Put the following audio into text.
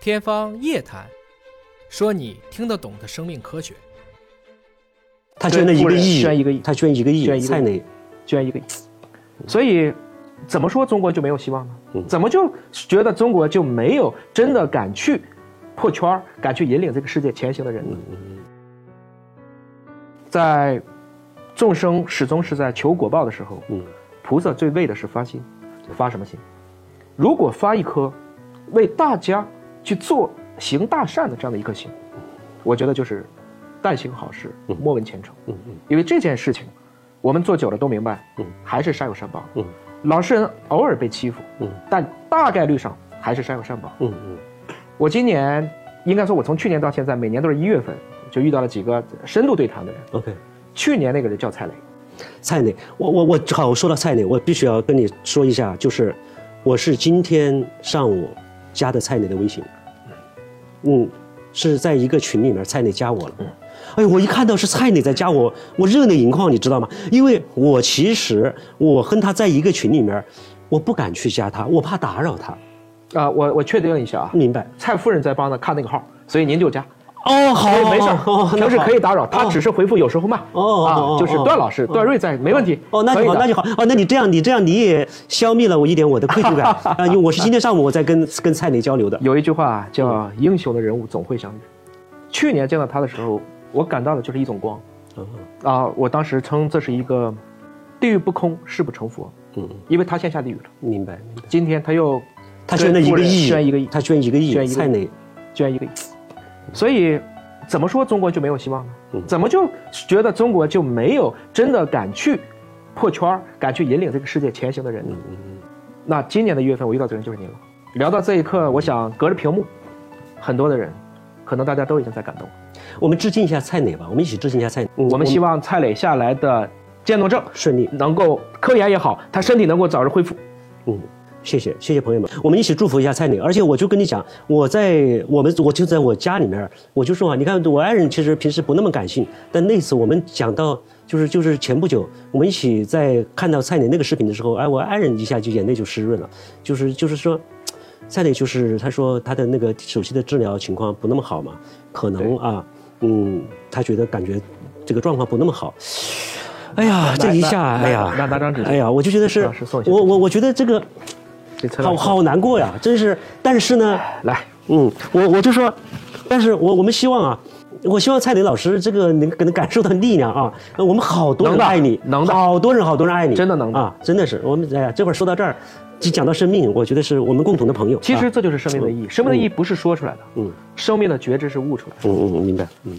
天方夜谭，说你听得懂的生命科学。他捐了一个亿，捐一个亿他捐一个捐亿，一个亿蔡磊，捐一个亿。所以，怎么说中国就没有希望呢？嗯怎么就觉得中国就没有真的敢去破圈儿、敢去引领这个世界前行的人呢？嗯在众生始终是在求果报的时候，嗯菩萨最为的是发心，发什么心？如果发一颗为大家去做行大善的这样的一颗心，我觉得就是但行好事，莫问前程。嗯嗯因为这件事情，我们做久了都明白，嗯还是善有善报。嗯老实人偶尔被欺负，嗯但大概率上还是善有善报。嗯嗯我今年应该说，我从去年到现在，每年都是一月份就遇到了几个深度对谈的人。 ，OK。去年那个人叫蔡磊，蔡磊，我我我好说到蔡磊，我必须要跟你说一下，就是我是今天上午加的蔡磊的微信，嗯，是在一个群里面，蔡磊加我嗯了。哎呦，我一看到是蔡磊在加我，我热泪盈眶，你知道吗？因为我其实我跟他在一个群里面，我不敢去加他，我怕打扰他，啊、我我确定一下啊，明白？蔡夫人在帮他看那个号，所以您就加，哦，好所以，没事儿哦，平时可以打扰，他哦只是回复有时候慢，哦啊哦哦，就是哦段老师段瑞在，没问题，哦，那可以就好，的那就好。哦，那你这样，你这样你也消灭了我一点我的愧疚 感啊、因为我是今天上午我在跟跟蔡磊交流的。有一句话叫嗯“英雄的人物总会相遇”。去年见到他的时候，我感到的就是一种光哦啊！我当时称这是一个“地狱不空，誓不成佛嗯，”，因为他先下地狱了。明白。今天他又他捐了一个亿，捐一个亿他捐一个亿，捐一个亿蔡磊，捐一个亿，所以怎么说中国就没有希望呢嗯？怎么就觉得中国就没有真的敢去破圈儿、敢去引领这个世界前行的人呢？嗯那今年的一月份，我遇到这个人就是您了。聊到这一刻，我想隔着屏幕，很多的人，可能大家都已经在感动了。我们致敬一下蔡磊吧，我们一起致敬一下蔡磊。嗯我们希望蔡磊下来的渐冻症顺利。能够科研也好，他身体能够早日恢复。嗯，谢谢谢谢朋友们，我们一起祝福一下蔡磊。而且我就跟你讲，我在我们我就在我家里面，我就说啊，你看我爱人其实平时不那么感性，但那次我们讲到就是就是前不久我们一起在看到蔡磊那个视频的时候，哎，我爱人一下就眼泪就湿润了，就是就是说。蔡磊就是他说他的那个手机的治疗情况不那么好嘛，可能啊，嗯，他觉得感觉这个状况不那么好。哎呀，这一下，那哎呀，那那张纸哎呀，我就觉得是老师送一，下我我我觉得这个这蔡好老师好难过呀，真是。但是呢，来，嗯，我我就说，但是我我们希望啊，我希望蔡磊老师这个能能感受到力量啊，呃我们好多人能的爱你，能的好多人好多人爱你，真的能的啊，真的是。我们哎呀，这会儿说到这儿，就讲到生命，我觉得是我们共同的朋友。其实啊，嗯这就是生命的意义。生命的意义不是说出来的，嗯生命的觉知是悟出来的。嗯嗯，明白，嗯。